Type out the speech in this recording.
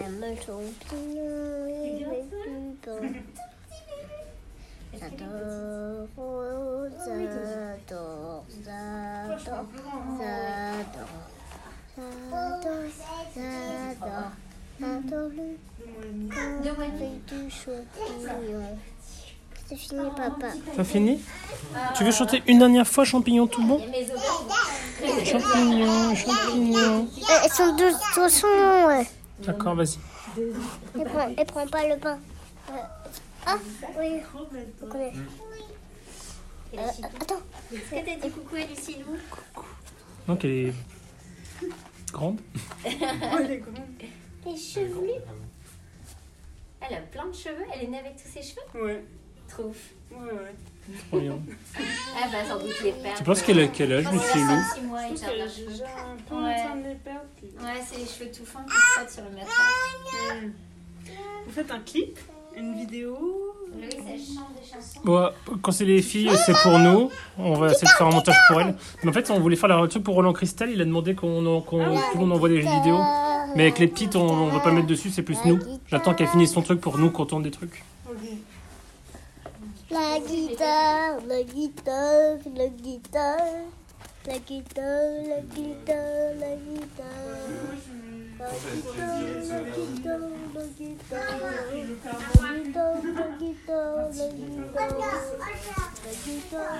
La meule son pignon et bien le ça bouton. J'adore, oh, j'adore, j'adore, j'adore, j'adore, j'adore, j'adore le avec du champignon. C'est fini, papa. T'as fini Tu veux chanter une dernière fois champignon tout bon Champignon, champignon. Euh, elles sont deux, deux sont. euh, D'accord, vas-y. Elle prend, elle prend pas le pain. Euh, ah, oui, on connaît. Euh, attends, Est-ce que t'as dit coucou à Lucilou Donc elle est grande. les cheveux. Elle a plein de cheveux, elle est née avec tous ses cheveux Ouais, Trop ouf. ouais, ouais. Trop bien. Ah bah sans doute les perdre. Tu penses qu'elle a quel âge, Lucilou Je pense qu'elle est Lucilou déjà un peu Ouais. en train de les perdre. puis- Ouais, c'est les cheveux tout fins qui se frottent sur le matelas. Vous faites un clip, une vidéo. Louis, elle chante des chansons. Bon, quand c'est les filles, c'est pour nous. On va essayer de faire un montage pour elle. Mais en fait, on voulait faire la truc pour Roland Cristal. Il a demandé qu'on en- qu'on- que tout le monde envoie des vidéos. Mais avec les petites, on, on va pas mettre dessus, c'est plus nous. J'attends qu'elle finisse son truc pour nous qu'on tourne des trucs. La guitare, la guitare, la guitare. La guitare, la guitare, la guitare. La guitare, la guitare, la guitare. La guitare, la guitare, la guitare. La guitare.